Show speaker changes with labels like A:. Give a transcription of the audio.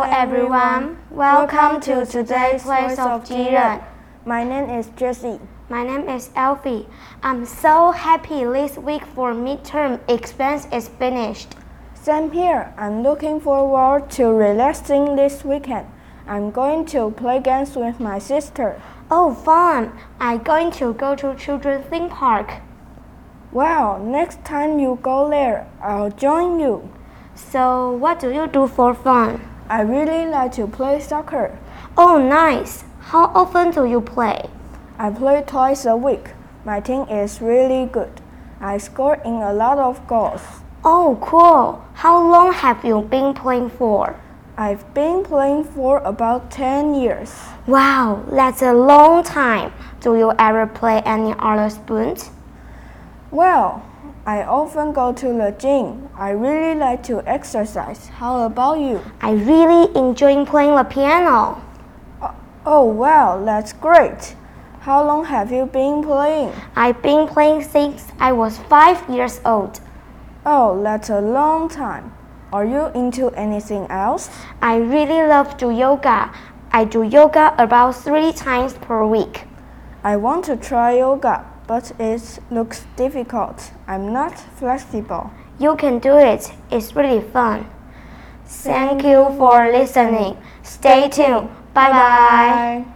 A: everyone. Welcome to today's Voice of Jiren.
B: My name is Jessie.
A: My name is Elfie. I'm so happy this week for midterm expense is finished.
B: Same here. I'm looking forward to relaxing this weekend. I'm going to play games with my sister.
A: Oh, fun! I'm going to go to children's theme park.
B: Wow, next time you go there, I'll join you.
A: So, what do you do for fun?
B: I really like to play soccer.
A: Oh, nice. How often do you play?
B: I play twice a week. My team is really good. I score in a lot of goals.
A: Oh, cool. How long have you been playing for?
B: I've been playing for about 10 years.
A: Wow, that's a long time. Do you ever play any other sports?
B: Well, I often go to the gym. I really like to exercise. How about you?
A: I really enjoy playing the piano.
B: Oh, wow, that's great. How long have you been playing?
A: I've been playing since I was five years old.
B: Oh, that's a long time. Are you into anything else?
A: I really love do yoga. I do yoga about three times per week.
B: I want to try yoga, but it looks difficult. I'm not flexible.
A: You can do it. It's really fun. Thank you for listening. Stay tuned. Bye bye.
B: Bye.